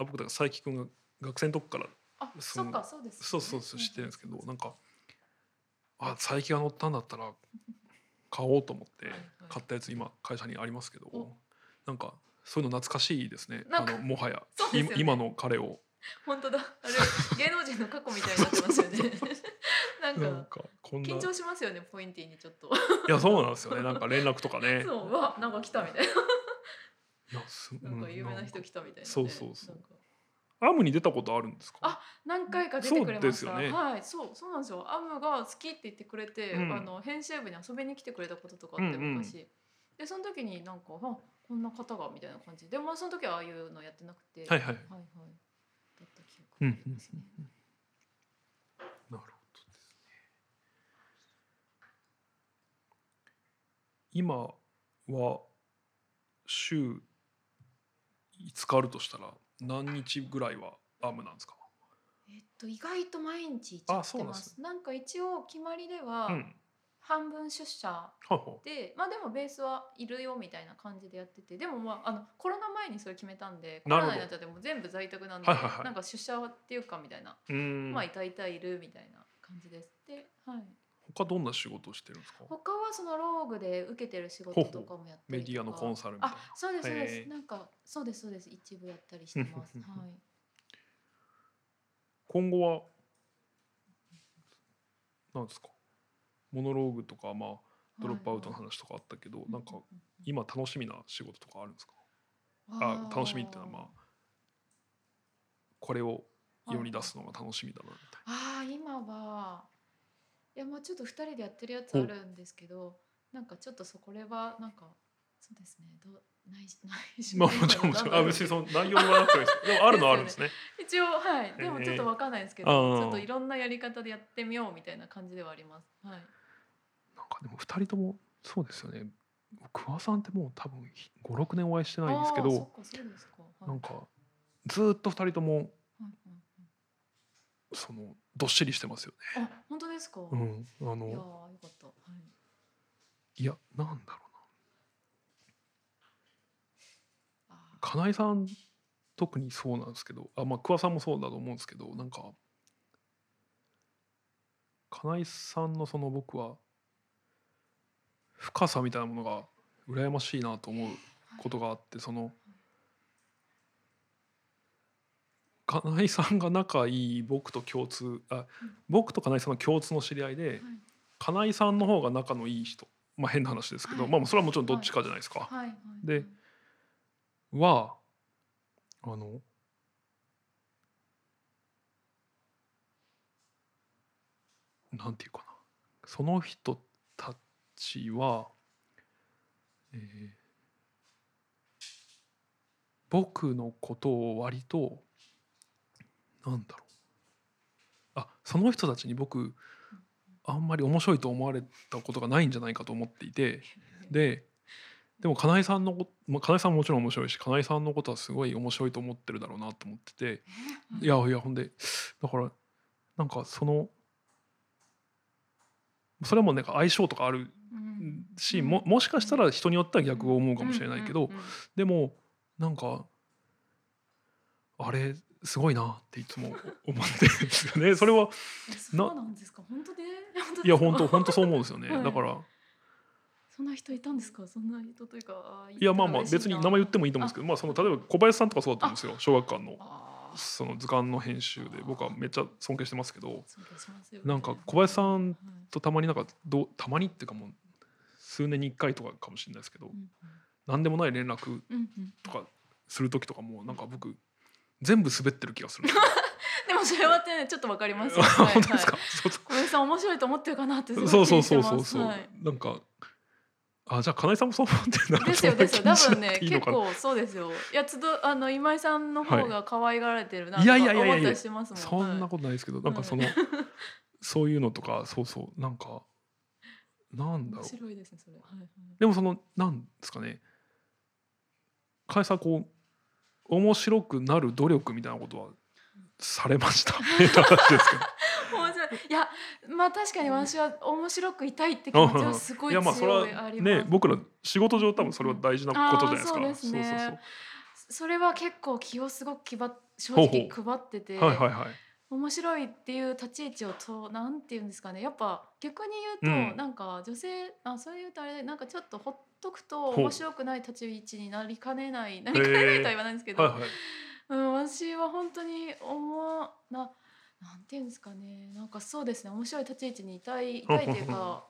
[SPEAKER 1] あ僕だから佐伯君が学生の時から
[SPEAKER 2] あ
[SPEAKER 1] そ
[SPEAKER 2] そ
[SPEAKER 1] の
[SPEAKER 2] っかそうですよね。
[SPEAKER 1] そうそうそう知ってるんですけど
[SPEAKER 2] はい
[SPEAKER 1] なんかあ佐伯が乗ったんだったら買おうと思って
[SPEAKER 2] はいはい
[SPEAKER 1] 買ったやつ今会社にありますけど
[SPEAKER 2] お
[SPEAKER 1] なんかそういうの懐かしいですね
[SPEAKER 2] な
[SPEAKER 1] あ
[SPEAKER 2] んか
[SPEAKER 1] のもはや
[SPEAKER 2] そうですよね
[SPEAKER 1] い今の彼を
[SPEAKER 2] 本当だあれ芸能人の過去みたいになってますよね。 なん
[SPEAKER 1] なん
[SPEAKER 2] か
[SPEAKER 1] かこんな
[SPEAKER 2] 緊
[SPEAKER 1] い
[SPEAKER 2] 張しますよねポインティにちょっと。
[SPEAKER 1] やそうなんですよねなんか連絡とかね
[SPEAKER 2] そううわなんか来たみたい
[SPEAKER 1] いやす
[SPEAKER 2] ななんか有名な人
[SPEAKER 1] うん
[SPEAKER 2] 来たみたいなね。
[SPEAKER 1] そうそうそう
[SPEAKER 2] なんか
[SPEAKER 1] アムに出たことあるんですか
[SPEAKER 2] あ何回か出てくれま
[SPEAKER 1] そうで
[SPEAKER 2] し
[SPEAKER 1] す
[SPEAKER 2] た。
[SPEAKER 1] よね
[SPEAKER 2] はい、そう、そうなんですよ。アムが好きって言ってくれて、
[SPEAKER 1] うん
[SPEAKER 2] あの編集部に遊びに来てくれたこととかあって
[SPEAKER 1] うんうん
[SPEAKER 2] 昔。で、その時になんか、あ、こんな方がみたいな感じで、まあ、その時はああいうのやってなくて。
[SPEAKER 1] はいはい
[SPEAKER 2] はいはい。だった記憶がありますね。
[SPEAKER 1] なるほどですね今は週5日あるとしたら何日ぐらいはアームなんですか
[SPEAKER 2] えっと意外と毎日行
[SPEAKER 1] あ
[SPEAKER 2] っ
[SPEAKER 1] そう
[SPEAKER 2] て
[SPEAKER 1] なん
[SPEAKER 2] ま
[SPEAKER 1] です
[SPEAKER 2] す。なんか一応決まりでは
[SPEAKER 1] うん
[SPEAKER 2] 半分出社
[SPEAKER 1] はいは
[SPEAKER 2] で、まあでもベースはいるよみたいな感じでやってて、でもまああのコロナ前にそれ決めたんで、コ
[SPEAKER 1] なる
[SPEAKER 2] ロ
[SPEAKER 1] ほど
[SPEAKER 2] ナになっちゃってもう全部在宅なんで、
[SPEAKER 1] はいはいはい
[SPEAKER 2] なんか出社っていうかみたいな、
[SPEAKER 1] いうん
[SPEAKER 2] まあいたいたいるみたいな感じです。で、はい。
[SPEAKER 1] 他どんな仕事をしてるんですか
[SPEAKER 2] 他はそのローグで受けてる仕事とかもやった
[SPEAKER 1] メ
[SPEAKER 2] りとか
[SPEAKER 1] ディアのコンサルみたい
[SPEAKER 2] あ
[SPEAKER 1] な、
[SPEAKER 2] そうですそうで
[SPEAKER 1] へえ
[SPEAKER 2] す。なんかそうですそうです。一部やったりしてます。
[SPEAKER 1] うんうんうん
[SPEAKER 2] はい。
[SPEAKER 1] 今後はなんですかモノローグとかまあドロップアウトの
[SPEAKER 2] はい
[SPEAKER 1] 話とかあったけど、
[SPEAKER 2] はい
[SPEAKER 1] なんか
[SPEAKER 2] うううん
[SPEAKER 1] 今楽しみな仕事とかあるんですか、あ
[SPEAKER 2] ー
[SPEAKER 1] 楽しみっていうのはまあこれを世に出すのが楽しみだなみたい
[SPEAKER 2] あー今はいやまあちょっと2人でやってるやつあるんですけどなんかちょっとそこれはなんかそうですねどう内緒内緒
[SPEAKER 1] な、まあもちろんもちろんあ別にその内容はなくて もいいですでもあるのはあるんですね
[SPEAKER 2] 一応はいでもちょっとわかんないですけど、
[SPEAKER 1] えーあー
[SPEAKER 2] ちょっといろんなやり方でやってみようみたいな感じではありますはい
[SPEAKER 1] なんかでも2人ともそうですよね桑さんってもう多分56年お会いしてないんですけ
[SPEAKER 2] あーそっ
[SPEAKER 1] ど
[SPEAKER 2] かそうですかはい
[SPEAKER 1] なんかずーっと2人とも
[SPEAKER 2] はいは
[SPEAKER 1] そのどっしりしてますよ
[SPEAKER 2] いはいあ本当ですか、い
[SPEAKER 1] ね、うん、あ
[SPEAKER 2] やー
[SPEAKER 1] の
[SPEAKER 2] よかった、はい、
[SPEAKER 1] いやなんだろうな
[SPEAKER 2] あー
[SPEAKER 1] 金井さん特にそうなんですけどあまあ桑さんもそうだと思うんですけどなんか金井さんのその僕は深さみたいなものが羨ましいなと思うことがあってその金井さんが仲いい僕と共通あ
[SPEAKER 2] うん
[SPEAKER 1] 僕と金井さんの共通の知り合いで金井さんの方が仲のいい人まあ変な話ですけど、
[SPEAKER 2] はい
[SPEAKER 1] まあそれはもちろんどっちかじゃないですか。
[SPEAKER 2] はいはいはいはい
[SPEAKER 1] ではあのなんていうかなその人たちは、えー僕のことを割となんだろうあその人たちに僕あんまり面白いと思われたことがないんじゃないかと思っていて。ででも金井さんのこ、まあ、金井さんももちろん面白いし金井さんのことはすごい面白いと思ってるだろうなと思ってて
[SPEAKER 2] はい
[SPEAKER 1] いやいやほんでだからなんかそのそれはもうなんか相性とかある
[SPEAKER 2] うん
[SPEAKER 1] しももしかしたら人によっては逆を思うかもしれないけど
[SPEAKER 2] うんうんうん
[SPEAKER 1] でもなんかあれすごいなっていつも思ってるんです よね。それは
[SPEAKER 2] えそうなんですか本当で本当ですか
[SPEAKER 1] いや本当本当そう思うんですよね。
[SPEAKER 2] はい
[SPEAKER 1] だから
[SPEAKER 2] そんな人いたんですかそんな人というか
[SPEAKER 1] いやまあまあ別に名前言ってもいいと思うんですけ
[SPEAKER 2] ど
[SPEAKER 1] どまあその例えば小林さんとかそうだと思うんですよ小学館の
[SPEAKER 2] ああ
[SPEAKER 1] その図鑑の編集で僕はめっちゃ尊敬してますけど
[SPEAKER 2] 尊敬しますよ、
[SPEAKER 1] なんか小林さん
[SPEAKER 2] はい
[SPEAKER 1] とたまになんかどうたまにっていうかもう数年に1回とかかもしれないですけど
[SPEAKER 2] うん
[SPEAKER 1] 何でもない連絡
[SPEAKER 2] うんうんうん
[SPEAKER 1] とかする時とかもなんか僕全部滑ってる気がするん ですよ
[SPEAKER 2] でもそれはねちょっとわかり ますよ、はい
[SPEAKER 1] 本当ですか
[SPEAKER 2] はい
[SPEAKER 1] そう
[SPEAKER 2] 小林さん面白いと思ってるかなってすごい
[SPEAKER 1] そうそう
[SPEAKER 2] 気
[SPEAKER 1] そう
[SPEAKER 2] にして
[SPEAKER 1] そうそ
[SPEAKER 2] ま
[SPEAKER 1] う
[SPEAKER 2] すはい
[SPEAKER 1] なんかあじゃあ金井さんもそう思ってるな
[SPEAKER 2] ですよですよ多
[SPEAKER 1] そん
[SPEAKER 2] 分
[SPEAKER 1] な
[SPEAKER 2] ね
[SPEAKER 1] 気にしなくていい
[SPEAKER 2] 結
[SPEAKER 1] のかな
[SPEAKER 2] 構そうですよいやつどあの今井さんの方が可愛がられてるなと
[SPEAKER 1] い
[SPEAKER 2] か
[SPEAKER 1] やいや
[SPEAKER 2] 思
[SPEAKER 1] いやいや
[SPEAKER 2] ったりしてますもん
[SPEAKER 1] そんな
[SPEAKER 2] こ
[SPEAKER 1] ことないですけどなんかその
[SPEAKER 2] はい
[SPEAKER 1] そういうのとかそうそうなんかなんだろ
[SPEAKER 2] 面
[SPEAKER 1] う
[SPEAKER 2] 白いですねそれはいはい
[SPEAKER 1] でもそのなんですかね会社こう面白くなる努力みたいなことはされま した 変な話ですけど
[SPEAKER 2] 面白いいやまあ確かに私は面白くいたいって気持ちはすごい
[SPEAKER 1] い
[SPEAKER 2] 強
[SPEAKER 1] や
[SPEAKER 2] い
[SPEAKER 1] まあそれ
[SPEAKER 2] あ
[SPEAKER 1] は
[SPEAKER 2] ります
[SPEAKER 1] ね僕ら仕事上多分それは大事なことじゃないですか
[SPEAKER 2] あーそうですね
[SPEAKER 1] そうそう
[SPEAKER 2] それは結構気をすごく気ば正
[SPEAKER 1] ほう
[SPEAKER 2] 直配ってて
[SPEAKER 1] そうはいはいはい
[SPEAKER 2] 面白いっていう立ち位置をとなんていうんですかねやっぱ逆に言うと、
[SPEAKER 1] うん
[SPEAKER 2] なんか女性あそういうとあれなんかちょっとほっとくと
[SPEAKER 1] ほう
[SPEAKER 2] 面白くない立ち位置になりかねないなりかねないとは言わないんですけど、
[SPEAKER 1] はいはい
[SPEAKER 2] うん、私は本当に思うななんていうんですかねなんかそうですね面白い立ち位置にいたいいたいというか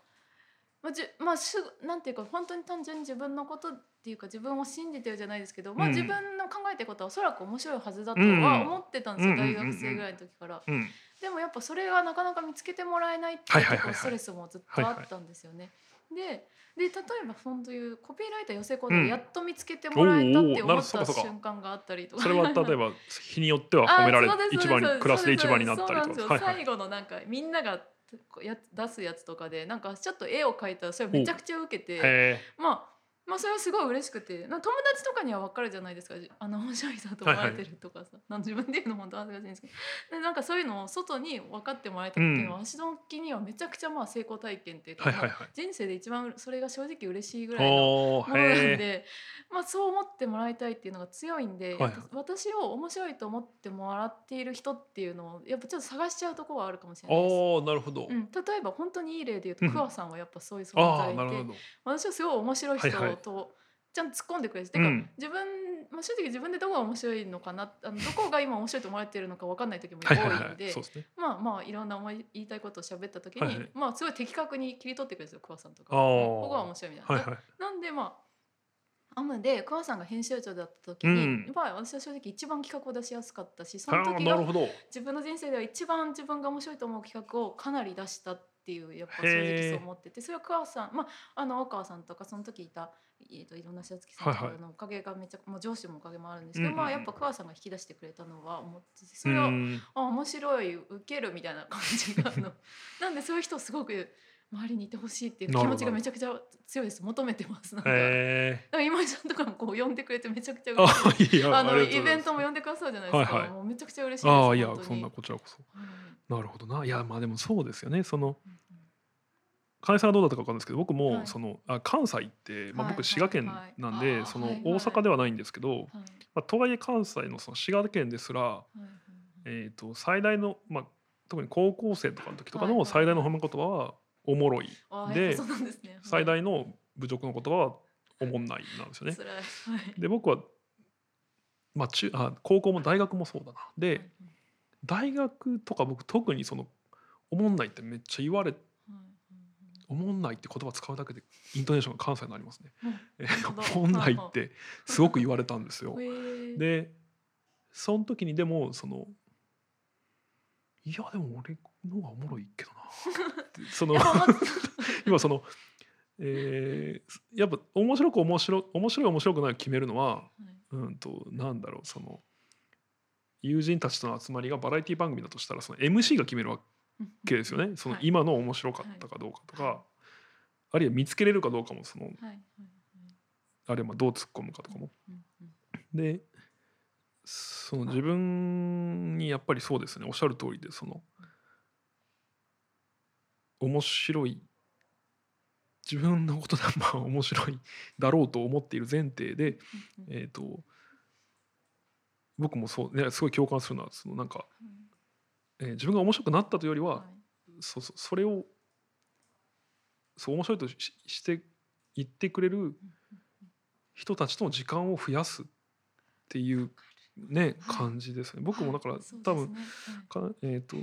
[SPEAKER 2] まあじゅ、まあ、すぐなんていうか本当に単純に自分のことっていうか自分を信じてるじゃないですけど、まあ、
[SPEAKER 1] うん
[SPEAKER 2] 自分の考えてることはおそらく面白いはずだと
[SPEAKER 1] うん
[SPEAKER 2] は思ってたんですよ、
[SPEAKER 1] うんうんうんうん
[SPEAKER 2] 大学生ぐらいの時から。
[SPEAKER 1] うん
[SPEAKER 2] でもやっぱそれがなかなか見つけてもらえないって
[SPEAKER 1] はいいはいうはいはい
[SPEAKER 2] ストレスもずっとあったんですよね。でで例えばそういうコピーライター養成講座
[SPEAKER 1] うん
[SPEAKER 2] でやっと見つけてもらえたって
[SPEAKER 1] おーおーなる
[SPEAKER 2] 思った
[SPEAKER 1] そうかそうか
[SPEAKER 2] 瞬間があったりとか
[SPEAKER 1] それは例えば日によっては褒められ
[SPEAKER 2] あそうです
[SPEAKER 1] 一番
[SPEAKER 2] そうです
[SPEAKER 1] にクラスで一番になったり
[SPEAKER 2] そ
[SPEAKER 1] と
[SPEAKER 2] うです
[SPEAKER 1] か
[SPEAKER 2] そう
[SPEAKER 1] はいは
[SPEAKER 2] なん
[SPEAKER 1] い
[SPEAKER 2] ですよ最後のなんかみんながや出すやつとかでなんかちょっと絵を描いたらそれ
[SPEAKER 1] お
[SPEAKER 2] めちゃくちゃ受けて
[SPEAKER 1] へ
[SPEAKER 2] まあまあそれはすごい嬉しくてなんか友達とかには分かるじゃないですかじあの面白い人だと思われてるとかさ、なん自分で言うの本当恥ずかしいんですけどでなんかそういうのを外に分かってもらえたっていうのは、足の気にはめちゃくちゃまあ成功体験っていう
[SPEAKER 1] えは
[SPEAKER 2] か、
[SPEAKER 1] いはいはい
[SPEAKER 2] 人生で一番それが正直嬉しいぐらいの
[SPEAKER 1] お
[SPEAKER 2] も
[SPEAKER 1] ー
[SPEAKER 2] のなん
[SPEAKER 1] へえ
[SPEAKER 2] で、まあ、そう思ってもらいたいっていうのが強いんで、
[SPEAKER 1] はいはい
[SPEAKER 2] 私を面白いと思ってもらっている人っていうのをやっぱちょっと探しちゃうところはあるかもしれないです。
[SPEAKER 1] おーなるほど、
[SPEAKER 2] うん、例えば本当にいい例で言う
[SPEAKER 1] う
[SPEAKER 2] と
[SPEAKER 1] ん
[SPEAKER 2] クワさんはやっぱそういう存
[SPEAKER 1] ああ
[SPEAKER 2] 在
[SPEAKER 1] なる
[SPEAKER 2] で、
[SPEAKER 1] ほど
[SPEAKER 2] 私はすごい面白い人
[SPEAKER 1] はいはい
[SPEAKER 2] とちゃんと突っ込んでくれて、
[SPEAKER 1] う
[SPEAKER 2] てか
[SPEAKER 1] ん
[SPEAKER 2] 自分、まあ、正直自分でどこが面白いのかなあのどこが今面白いと思われてるのか分かんない時も
[SPEAKER 1] は
[SPEAKER 2] 多
[SPEAKER 1] いいはい
[SPEAKER 2] の
[SPEAKER 1] はい
[SPEAKER 2] で
[SPEAKER 1] そうですね
[SPEAKER 2] まあまあいろんな思い言いたいことを喋った時に、
[SPEAKER 1] はいはい
[SPEAKER 2] まあすごい的確に切り取ってくれるんですよクワさんとか。
[SPEAKER 1] あー
[SPEAKER 2] ここが面白いみたいな。
[SPEAKER 1] はいはい
[SPEAKER 2] なんでまあアムで桑さんが編集長だった時に、
[SPEAKER 1] うん
[SPEAKER 2] まあ私は正直一番企画を出しやすかったしそ
[SPEAKER 1] あ
[SPEAKER 2] の
[SPEAKER 1] ー
[SPEAKER 2] 時
[SPEAKER 1] なる
[SPEAKER 2] が
[SPEAKER 1] ほど
[SPEAKER 2] 自分の人生では一番自分が面白いと思う企画をかなり出したっていうやっぱ正直そう思っててそれは桑さん、まあ、あの大川さんとかその時いた、えー、といろんな白月さんと
[SPEAKER 1] は
[SPEAKER 2] か
[SPEAKER 1] いはい
[SPEAKER 2] のおかげがめちゃ、まあ、上司もおかげもあるんですけど、
[SPEAKER 1] うんうんうん
[SPEAKER 2] まあ、やっぱ桑さんが引き出してくれたのは思っててそうれは
[SPEAKER 1] ん
[SPEAKER 2] あ面白い受けるみたいな感じがあ のなんでそういう人すごく周りにいてほしいっていう気持ちがめちゃくちゃ強いです求めてますなんかだ
[SPEAKER 1] へえ
[SPEAKER 2] から今井さんとかもこう呼んでくれてめちゃくちゃ嬉しい
[SPEAKER 1] あいや
[SPEAKER 2] あの
[SPEAKER 1] りがとうございます
[SPEAKER 2] イベントも呼んでくださるじゃないですか、
[SPEAKER 1] はいはい
[SPEAKER 2] もうめちゃくちゃ嬉しいです
[SPEAKER 1] ああいや
[SPEAKER 2] 本当に
[SPEAKER 1] そんなこちらこそ
[SPEAKER 2] はい
[SPEAKER 1] なるほどないやまあでもそうですよねその
[SPEAKER 2] うん
[SPEAKER 1] 金井さんはどうだったか分かんないですけど僕も
[SPEAKER 2] はい
[SPEAKER 1] その、あ関西って、まあ、
[SPEAKER 2] はい
[SPEAKER 1] 僕滋賀県
[SPEAKER 2] はい
[SPEAKER 1] なん
[SPEAKER 2] はいあ
[SPEAKER 1] で
[SPEAKER 2] ー
[SPEAKER 1] その
[SPEAKER 2] はいはい
[SPEAKER 1] 大阪ではないんですけど、
[SPEAKER 2] はい
[SPEAKER 1] まあ、とはいえ関西のその滋賀県ですら、
[SPEAKER 2] はい
[SPEAKER 1] えー、と最大の、まあ、特に高校生とかの時とか
[SPEAKER 2] はい
[SPEAKER 1] の
[SPEAKER 2] はい
[SPEAKER 1] 最大の褒め言葉は「おもろい」
[SPEAKER 2] はいはいあ
[SPEAKER 1] で
[SPEAKER 2] やっぱそうなんですねはい
[SPEAKER 1] 最大の侮辱の言葉は「おもんない」なんですよね。
[SPEAKER 2] 辛いはい
[SPEAKER 1] で僕は、まあ、中あ高校も大学もそうだな。で大学とか僕特にその「おもんない」ってめっちゃ言われおもんないって言葉使うだけでイントネーションが関西になります ね。え
[SPEAKER 2] 本当だ
[SPEAKER 1] おもんないってすごく言われたんですよ
[SPEAKER 2] はいはいはい。はいはい
[SPEAKER 1] でその時にでもそのいやでも俺の方がおもろいけどなって その
[SPEAKER 2] やっぱ思ってた
[SPEAKER 1] 今その、えーやっぱ面白く面白面白い面白くないを決めるのは
[SPEAKER 2] はい
[SPEAKER 1] うんとなんだろうその友人たちとの集まりがバラエティ番組だとしたらその MC が決めるわけですよねその
[SPEAKER 2] はい
[SPEAKER 1] 今の面白かったかどうかとか、
[SPEAKER 2] は
[SPEAKER 1] あるいは見つけれるかどうかもその
[SPEAKER 2] はいはいはい
[SPEAKER 1] あるいはまあどう突っ込むかとかも。
[SPEAKER 2] うんうん
[SPEAKER 1] でその自分にやっぱりそうですねおっしゃる通りでその面白い自分のことがまあ面白いだろうと思っている前提で、
[SPEAKER 2] うんうん
[SPEAKER 1] えー、と僕もそう、ね、すごい共感するのはそのなんか、えー自分が面白くなったというよりは、
[SPEAKER 2] はい
[SPEAKER 1] そうそうそれをそう面白いとしして言ってくれる人たちとの時間を増やすっていうね
[SPEAKER 2] はい
[SPEAKER 1] 感じですね。僕もだから
[SPEAKER 2] はいそうです
[SPEAKER 1] 多
[SPEAKER 2] ね
[SPEAKER 1] 分かえっと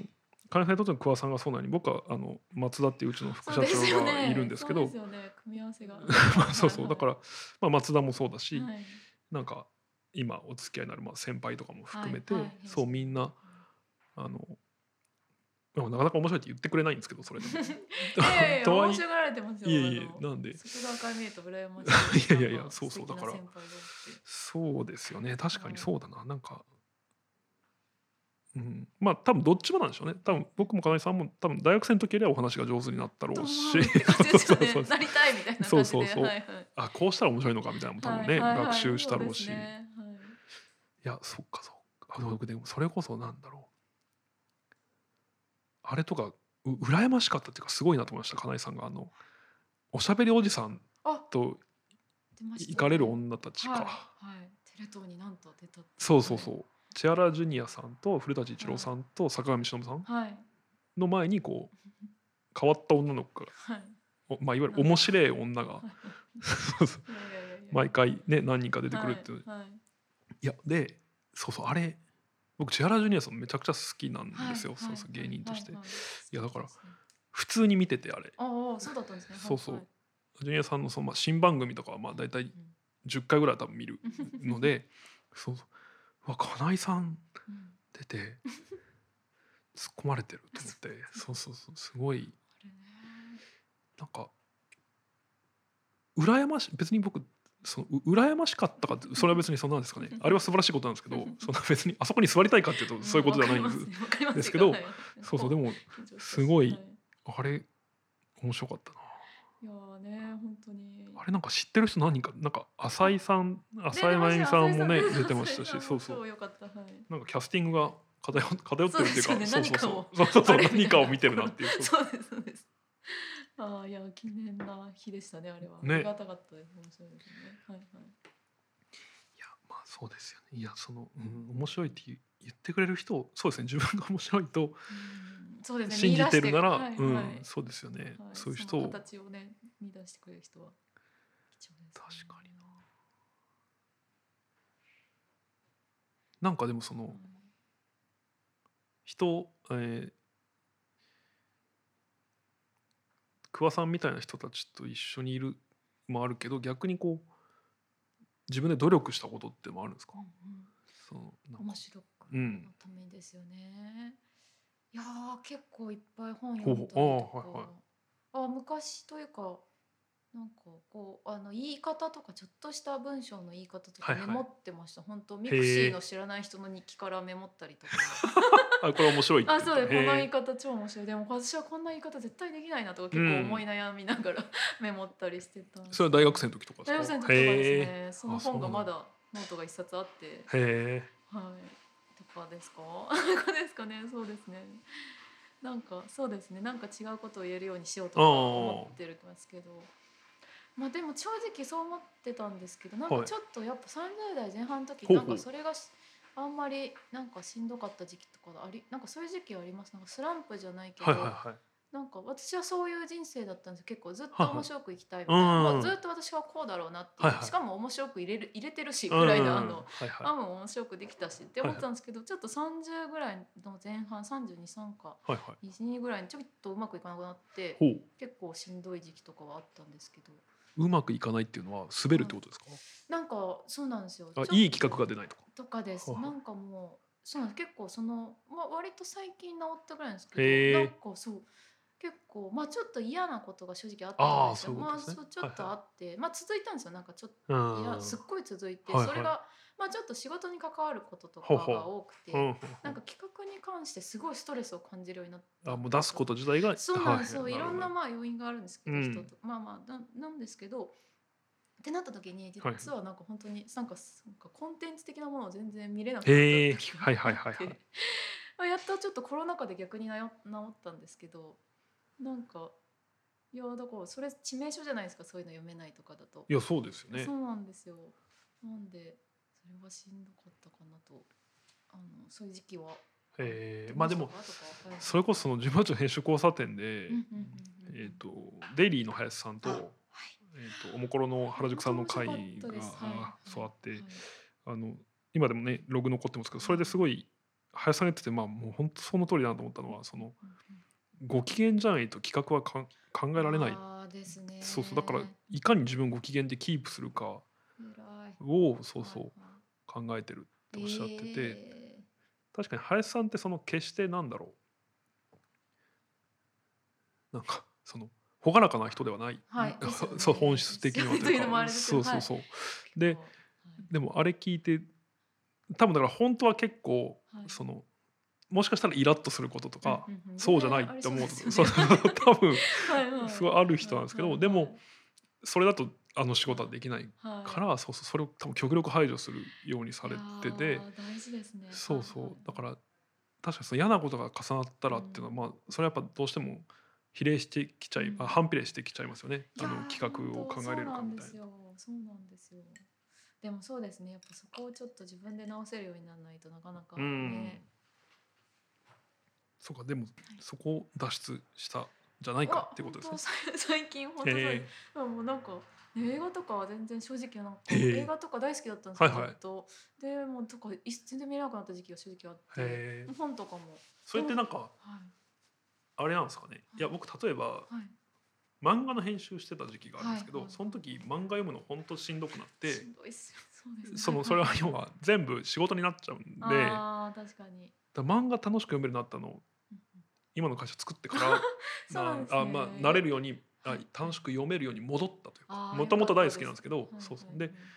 [SPEAKER 1] 金井さんにとっての桑さんがそうなのに僕はあの松田っていううちの副社
[SPEAKER 2] はいそうです
[SPEAKER 1] 長
[SPEAKER 2] よ
[SPEAKER 1] が
[SPEAKER 2] ね
[SPEAKER 1] いるんですけど
[SPEAKER 2] そうですよね組み合わせが
[SPEAKER 1] ま あそうそうだかららまあ松田もそうだし
[SPEAKER 2] はい
[SPEAKER 1] なんか今お付き合いになるまあ先輩とかも含めて
[SPEAKER 2] はいはい
[SPEAKER 1] そうみんなあのでもなかなか面白いって言ってくれないんですけどそれでも。
[SPEAKER 2] いやいやい や
[SPEAKER 1] とはいえ
[SPEAKER 2] 面白がられてますよ
[SPEAKER 1] いえい
[SPEAKER 2] あの
[SPEAKER 1] えなんで
[SPEAKER 2] そこが赤い見えと羨ま しい
[SPEAKER 1] いやいやいや
[SPEAKER 2] なん
[SPEAKER 1] そうそう
[SPEAKER 2] 素敵な
[SPEAKER 1] だから
[SPEAKER 2] 先輩がいて
[SPEAKER 1] そうですよね確かにそうだななんか、うん、まあ多分どっちもなんでしょうね多分僕も金井さんも多分大学生の時よりはお話が上手にな ったろうし
[SPEAKER 2] って感じですよ
[SPEAKER 1] そうそうそう
[SPEAKER 2] ねなりたいみたいな感じで
[SPEAKER 1] そうそうそう
[SPEAKER 2] はい
[SPEAKER 1] あこうしたら面白いのかみたいなのも多
[SPEAKER 2] は
[SPEAKER 1] 分
[SPEAKER 2] い
[SPEAKER 1] ね、
[SPEAKER 2] はいはい
[SPEAKER 1] 学習したろうし
[SPEAKER 2] そですねはい
[SPEAKER 1] いやそっかそっかあでも僕でもそれこそなんだろうあれとかう羨ましかったっていうかすごいなと思いました金井さんがあのおしゃべりおじさん
[SPEAKER 2] あ
[SPEAKER 1] と
[SPEAKER 2] 出ました
[SPEAKER 1] 行かれる女たちか、
[SPEAKER 2] はいはいテレ東になんと出たって
[SPEAKER 1] そうそうそう千原ジュニアさんと古舘一郎さんと坂上忍さん
[SPEAKER 2] はい
[SPEAKER 1] の前にこう 変わった女の子が
[SPEAKER 2] はい
[SPEAKER 1] おまあ、いわゆる面白い女 がそうそう
[SPEAKER 2] いやいやいやいや
[SPEAKER 1] 毎回ね何人か出てくるっていう、い、
[SPEAKER 2] はいはい
[SPEAKER 1] やでそうそうあれ僕千原ジュニアさんめちゃくちゃ好きなんで
[SPEAKER 2] はい
[SPEAKER 1] すよ、
[SPEAKER 2] はい
[SPEAKER 1] そうそう芸人として、
[SPEAKER 2] はいはい
[SPEAKER 1] いやだから
[SPEAKER 2] そうですね
[SPEAKER 1] 普通に見ててあれ
[SPEAKER 2] ああそうだったんですね
[SPEAKER 1] そうそう
[SPEAKER 2] はい
[SPEAKER 1] ジュニアさんのその、まあ、新番組とかはまあ大体10回ぐらいは多分見るの でそうそううわ金井さん
[SPEAKER 2] うんうん
[SPEAKER 1] 出て突っ込まれてると思 ってそうそうそうすごい
[SPEAKER 2] あれね
[SPEAKER 1] なんか羨まし別に僕そのう羨ましかったかってそれは別にそんなんですかねあれは素晴らしいことなんですけどその別にあそこに座りたいかっていうとそういうことじゃないんです
[SPEAKER 2] わかります
[SPEAKER 1] ですけど
[SPEAKER 2] はい
[SPEAKER 1] そうそうでも
[SPEAKER 2] 緊張したし
[SPEAKER 1] すごい
[SPEAKER 2] はい
[SPEAKER 1] あれ面白かったない
[SPEAKER 2] やーね本当に
[SPEAKER 1] あれなんか知ってる人何人かなんか浅井さん浅井真由美さんもね出てま したし
[SPEAKER 2] 浅井さん
[SPEAKER 1] そうそう
[SPEAKER 2] 超良かったはい
[SPEAKER 1] なんかキャスティングが偏偏ってるっていうか
[SPEAKER 2] そうです
[SPEAKER 1] そ
[SPEAKER 2] よね
[SPEAKER 1] うそうそうそうそう
[SPEAKER 2] あれ
[SPEAKER 1] 何かを見てるなっていう
[SPEAKER 2] そうですそうですああいや記念な日でしたねあれは、
[SPEAKER 1] ね
[SPEAKER 2] ありがたかったです面白いですねはいはい
[SPEAKER 1] いやまあそうですよねいやその、うん、面白いって言言ってくれる人をそうですね自分が面白いと
[SPEAKER 2] うんそうですね
[SPEAKER 1] 信じてるなら、
[SPEAKER 2] 見出して
[SPEAKER 1] う
[SPEAKER 2] はい
[SPEAKER 1] ん、
[SPEAKER 2] はい
[SPEAKER 1] そうですよね、
[SPEAKER 2] はい
[SPEAKER 1] そういう人
[SPEAKER 2] その
[SPEAKER 1] を
[SPEAKER 2] 形をね見出してくれる人は貴重ですね
[SPEAKER 1] 確かになんかでもその人を、えー、桑さんみたいな人たちと一緒にいるもあるけど逆にこう自分で努力したことってもあるんですか
[SPEAKER 2] うんうん
[SPEAKER 1] そのなんか
[SPEAKER 2] 面白く
[SPEAKER 1] う
[SPEAKER 2] の
[SPEAKER 1] ん
[SPEAKER 2] ためですよね。いやー結構いっぱい本
[SPEAKER 1] ほ
[SPEAKER 2] 読
[SPEAKER 1] うん
[SPEAKER 2] だ
[SPEAKER 1] ほ
[SPEAKER 2] り
[SPEAKER 1] う
[SPEAKER 2] と
[SPEAKER 1] あ
[SPEAKER 2] か、
[SPEAKER 1] ーはい
[SPEAKER 2] あ昔というかなんかこうあの言い方とかちょっとした文章の言い方とか
[SPEAKER 1] はいは
[SPEAKER 2] メ
[SPEAKER 1] い
[SPEAKER 2] モってました、本当ミクシーの知らない人の日記からメモったりとか
[SPEAKER 1] あこれ面白いって
[SPEAKER 2] あそうですこんな言
[SPEAKER 1] へ
[SPEAKER 2] い方超面白いでも私はこんな言い方絶対できないなとか結構思い悩みながら、 メモったりしてたんで
[SPEAKER 1] ー
[SPEAKER 2] す
[SPEAKER 1] それは大学生の時とか
[SPEAKER 2] 大学生の時とかです
[SPEAKER 1] へ
[SPEAKER 2] ねその
[SPEAKER 1] あそう
[SPEAKER 2] 本
[SPEAKER 1] な
[SPEAKER 2] が
[SPEAKER 1] んだ
[SPEAKER 2] まだノートが一冊あって
[SPEAKER 1] えへ
[SPEAKER 2] はい。とかですか。 とかですかね。そうですね。なんかそうですね。なんか違うことを言えるようにしようとか
[SPEAKER 1] あー
[SPEAKER 2] 思ってるんですけど。まあでも正直そう思ってたんですけど、なんか
[SPEAKER 1] はい
[SPEAKER 2] ちょっとやっぱ三十代前半の時
[SPEAKER 1] ほう
[SPEAKER 2] な
[SPEAKER 1] ほ
[SPEAKER 2] ん
[SPEAKER 1] う
[SPEAKER 2] かそれがしあんまりなんかしんどかった時期とかあり、なんかそういう時期あります。なんかスランプじゃないけ
[SPEAKER 1] えは
[SPEAKER 2] ど、
[SPEAKER 1] いはいはい
[SPEAKER 2] なんか私はそういう人生だったんです。結構ずっと
[SPEAKER 1] はいはい
[SPEAKER 2] 面白く生きたいみたいな、
[SPEAKER 1] うん
[SPEAKER 2] まあずっと私はこうだろうなっていう、
[SPEAKER 1] はいはい
[SPEAKER 2] しかも面白く入れる入れてるし
[SPEAKER 1] うん
[SPEAKER 2] ぐらいのあの。
[SPEAKER 1] はいはい
[SPEAKER 2] あもう面白くできたしって思ってたんですけど、ちょっと30ぐらいの前半323か
[SPEAKER 1] はいはい
[SPEAKER 2] 22ぐらいにちょっとうまくいかなくなって
[SPEAKER 1] ほう
[SPEAKER 2] 結構しんどい時期とかはあったんですけど
[SPEAKER 1] うまくいかないっていうのは滑るってことですか、
[SPEAKER 2] なんかそうなんですよちょ
[SPEAKER 1] あ
[SPEAKER 2] っと
[SPEAKER 1] いい企画が出ないとか
[SPEAKER 2] とかです
[SPEAKER 1] はは
[SPEAKER 2] なんかもうそうなんです結構その、まあ、割と最近治ったぐらいなんです
[SPEAKER 1] へ
[SPEAKER 2] け
[SPEAKER 1] え
[SPEAKER 2] どなんかそう結構まあちょっと嫌なことが正直あったんです
[SPEAKER 1] あーそう
[SPEAKER 2] よ
[SPEAKER 1] いうことですね
[SPEAKER 2] まあそうちょっとあって、まあ続いたんですよなんかちょっと
[SPEAKER 1] うん
[SPEAKER 2] いやすっごい続いて、
[SPEAKER 1] はいはい
[SPEAKER 2] それが、まあ、ちょっと仕事に関わることとか
[SPEAKER 1] ほうほう
[SPEAKER 2] が多くて
[SPEAKER 1] うんうん
[SPEAKER 2] なんか企画に関してすごいストレスを感じるようになった
[SPEAKER 1] あもう出すこと自体が
[SPEAKER 2] そうなんですよ、い、ろんな
[SPEAKER 1] も
[SPEAKER 2] まあ要因があるんですけど、
[SPEAKER 1] うん
[SPEAKER 2] 人とまあまあななんですけどってなった時に
[SPEAKER 1] はい
[SPEAKER 2] 実はなんか本当になんかなんかコンテンツ的なものを全然見れなくなった
[SPEAKER 1] へえ
[SPEAKER 2] 時が
[SPEAKER 1] はいはいはいはい
[SPEAKER 2] あって まあやっとちょっとコロナ禍で逆になよ治ったんですけどなんかいやだからそれ致命傷じゃないですかそういうの読めないとかだと
[SPEAKER 1] い。やそうですよね
[SPEAKER 2] そうなんですよなんでそれはしんどかったかなとあのそういう時期は
[SPEAKER 1] えーまあでも
[SPEAKER 2] どうしたかとかはい
[SPEAKER 1] それこそその自分たちの編集交差点で
[SPEAKER 2] うんうんうんうん
[SPEAKER 1] えーとデイリーの林さんと,、
[SPEAKER 2] あはい
[SPEAKER 1] えー、とおもころの原宿さんの会が
[SPEAKER 2] 本当面白かったですはいはい
[SPEAKER 1] そうあって、
[SPEAKER 2] はい
[SPEAKER 1] あの今でもねログ残ってますけどそれですごい林さんが言っててまあもう本当その通りだなと思ったのはその
[SPEAKER 2] うん
[SPEAKER 1] ご機嫌じゃないと企画はかん考えられない、
[SPEAKER 2] あーですね
[SPEAKER 1] そうそうだからいかに自分をご機嫌でキープするか
[SPEAKER 2] 偉い
[SPEAKER 1] をそうそう
[SPEAKER 2] はいはい
[SPEAKER 1] 考えてるっておっしゃってて、
[SPEAKER 2] え
[SPEAKER 1] 確かに林さんってその決してなんだろうなんかその朗らかな人ではない、
[SPEAKER 2] はいですよね
[SPEAKER 1] そう本質的には
[SPEAKER 2] というのもあれですけ
[SPEAKER 1] そ
[SPEAKER 2] ど
[SPEAKER 1] うそうそう、
[SPEAKER 2] ー
[SPEAKER 1] で
[SPEAKER 2] 結
[SPEAKER 1] でもあれ聞いて多分だから本当は結構、
[SPEAKER 2] はい
[SPEAKER 1] そのもしかしたらイラッとすることと
[SPEAKER 2] 構
[SPEAKER 1] か、
[SPEAKER 2] んんん
[SPEAKER 1] そうじゃない
[SPEAKER 2] ねあ
[SPEAKER 1] って
[SPEAKER 2] りそ
[SPEAKER 1] 思う
[SPEAKER 2] で
[SPEAKER 1] と
[SPEAKER 2] す
[SPEAKER 1] そ
[SPEAKER 2] よ
[SPEAKER 1] う
[SPEAKER 2] ね
[SPEAKER 1] そう多分
[SPEAKER 2] はいはい
[SPEAKER 1] すごいある人なんですけど、
[SPEAKER 2] はいはい
[SPEAKER 1] でもそれだとあの仕事はできない
[SPEAKER 2] はい
[SPEAKER 1] から、そうそうそれを多分極力排除するようにされてて。
[SPEAKER 2] いやー大事ですね
[SPEAKER 1] そう
[SPEAKER 2] はい
[SPEAKER 1] そ
[SPEAKER 2] はいう
[SPEAKER 1] だから確かにその嫌なことが重なったらっていうのは、まあそれはやっぱどうしても比例してきちゃい、
[SPEAKER 2] うん
[SPEAKER 1] あ反比例してきちゃいますよね
[SPEAKER 2] い
[SPEAKER 1] あ
[SPEAKER 2] や
[SPEAKER 1] の
[SPEAKER 2] ー
[SPEAKER 1] 企画を考えれるかみたいな。
[SPEAKER 2] 本当そうなんですよそうなんですよでもそうですねやっぱそこをちょっと自分で直せるようにならないとなかなか
[SPEAKER 1] うん
[SPEAKER 2] ね、
[SPEAKER 1] そうかでもそこを脱出したじゃないかってことですね
[SPEAKER 2] わ。本当最最近本当そう
[SPEAKER 1] へ
[SPEAKER 2] まあもうなんか映画とかは全然正直なんか
[SPEAKER 1] へえ
[SPEAKER 2] 映画とか大好きだったんですけど、
[SPEAKER 1] はいはい
[SPEAKER 2] ずっとでもうとかい全然見れなくなった時期が正直あっ
[SPEAKER 1] え
[SPEAKER 2] て
[SPEAKER 1] へえ
[SPEAKER 2] 本とかも
[SPEAKER 1] それってなんか
[SPEAKER 2] は
[SPEAKER 1] あれなんですかねいや僕例えば
[SPEAKER 2] いはい
[SPEAKER 1] 漫画の編集してた時期があるんですけど、
[SPEAKER 2] はい
[SPEAKER 1] その時漫画読むの本当しんどくなっ
[SPEAKER 2] してんどいっすよそうですね
[SPEAKER 1] そのそれは要は全部仕事になっちゃうんでだか
[SPEAKER 2] あー確かに
[SPEAKER 1] ら漫画楽しく読めるようになったのを
[SPEAKER 2] うん
[SPEAKER 1] 今の会社作って から
[SPEAKER 2] そうなんですね
[SPEAKER 1] あまあ慣れるように、
[SPEAKER 2] は
[SPEAKER 1] あ
[SPEAKER 2] い
[SPEAKER 1] 楽しく読めるように戻ったという
[SPEAKER 2] あ
[SPEAKER 1] か
[SPEAKER 2] ー
[SPEAKER 1] もともと大好きなんですけど
[SPEAKER 2] うん
[SPEAKER 1] そうそ
[SPEAKER 2] は
[SPEAKER 1] う
[SPEAKER 2] いはい
[SPEAKER 1] で
[SPEAKER 2] はいはい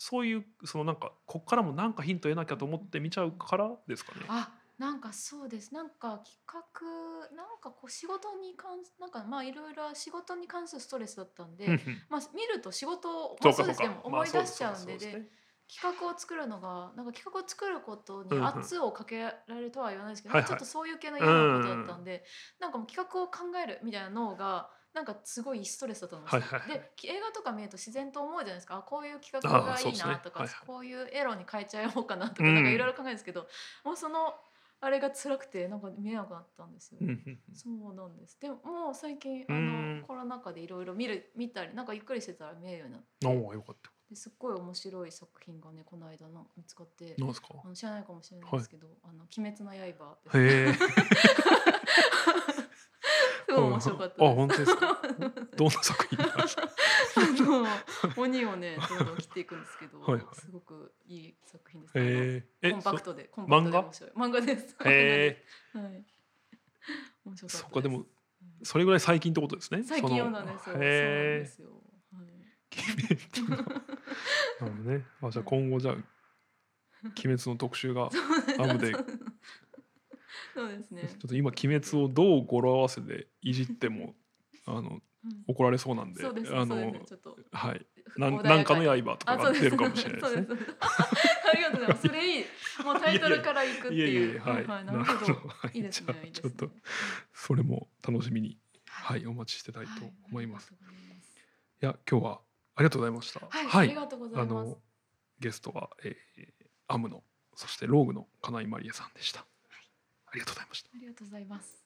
[SPEAKER 1] そういうそのなんかこっからもなんかヒント得なきゃと思って見ちゃうからですかね。
[SPEAKER 2] あなんかそうですなんか企画なんかこう仕事に関なんかまあいろいろ仕事に関するストレスだったんで、まあ、見ると仕事を、まあ、そうですでも思い出しちゃうんで,、で企画を作るのがなんか企画を作ることに圧をかけられるとは言わないですけど、
[SPEAKER 1] はいはい
[SPEAKER 2] ちょっとそういう系の嫌なことだったんで、なんかもう企画を考えるみたいな脳がなんかすごいストレスだったんですよ、
[SPEAKER 1] はいはいはい
[SPEAKER 2] でき映画とか見ると自然と思うじゃないですかあこういう企画が
[SPEAKER 1] あー
[SPEAKER 2] い
[SPEAKER 1] そう
[SPEAKER 2] い
[SPEAKER 1] ですね
[SPEAKER 2] なとか、
[SPEAKER 1] はいはい
[SPEAKER 2] こういうエロに変えちゃおうかなとか,、
[SPEAKER 1] うん
[SPEAKER 2] なんかいろいろ考えるんですけどもうそのあれが辛くてなんか見えなくなったんですよ。
[SPEAKER 1] うんうん
[SPEAKER 2] そうなんです。でももう最近あ
[SPEAKER 1] うん
[SPEAKER 2] のコロナ禍でいろいろ見る見たりなんかゆっくりしてたら見えるようになって
[SPEAKER 1] うんおーよかった
[SPEAKER 2] ですっごい面白い作品がねこの間の見つかって
[SPEAKER 1] なん ですか
[SPEAKER 2] あの知らないかもしれないですけど「あの鬼滅の刃」ってす
[SPEAKER 1] へえ
[SPEAKER 2] ごい面白かった
[SPEAKER 1] あ
[SPEAKER 2] で
[SPEAKER 1] 本
[SPEAKER 2] す。
[SPEAKER 1] 当ですかどんな作品なんですか
[SPEAKER 2] あの鬼をねどんどん切っていくんですけ ど、
[SPEAKER 1] はいはい
[SPEAKER 2] すごくいい作品です。
[SPEAKER 1] へええ
[SPEAKER 2] コンパクトでコンパクトで面白い漫画です。
[SPEAKER 1] そへえ
[SPEAKER 2] はい。面白かったす
[SPEAKER 1] そっかでも
[SPEAKER 2] うん
[SPEAKER 1] それぐらい最近ってことですね
[SPEAKER 2] 最近読んだんですよ。そうなんで
[SPEAKER 1] へ
[SPEAKER 2] すよ。
[SPEAKER 1] えなるほどねあじゃあ今後じゃあ鬼滅の特集がちょ
[SPEAKER 2] はい。
[SPEAKER 1] アブで
[SPEAKER 2] そうですね。
[SPEAKER 1] っと今鬼滅をどう語呂合わせでいじってもあの
[SPEAKER 2] うん
[SPEAKER 1] 怒られそうなんで
[SPEAKER 2] そうですね。
[SPEAKER 1] あ
[SPEAKER 2] そうです
[SPEAKER 1] の
[SPEAKER 2] ね。ちょっと
[SPEAKER 1] はいなん
[SPEAKER 2] 穏やかに
[SPEAKER 1] なんかの刃とか
[SPEAKER 2] あそ
[SPEAKER 1] が
[SPEAKER 2] うです
[SPEAKER 1] 出るかもしれないですね
[SPEAKER 2] そうですありがとうございます。それいい。もうタイトルからいくって
[SPEAKER 1] いえいえ
[SPEAKER 2] い。
[SPEAKER 1] いうえはい、
[SPEAKER 2] なるほど。
[SPEAKER 1] はい
[SPEAKER 2] いです
[SPEAKER 1] じゃ
[SPEAKER 2] ね。いい
[SPEAKER 1] あ
[SPEAKER 2] で
[SPEAKER 1] ち
[SPEAKER 2] す
[SPEAKER 1] ょっ
[SPEAKER 2] ね。
[SPEAKER 1] とそれも楽しみに
[SPEAKER 2] は
[SPEAKER 1] はいいお待ちしてたいと思います、
[SPEAKER 2] はい
[SPEAKER 1] い、や今日はありがとうございました
[SPEAKER 2] はい、ありがとうござ
[SPEAKER 1] あ
[SPEAKER 2] います
[SPEAKER 1] の。ゲストは、えーアムのそしてローグの金井マリエさんでした、ありがとうございました
[SPEAKER 2] ありがとうございます。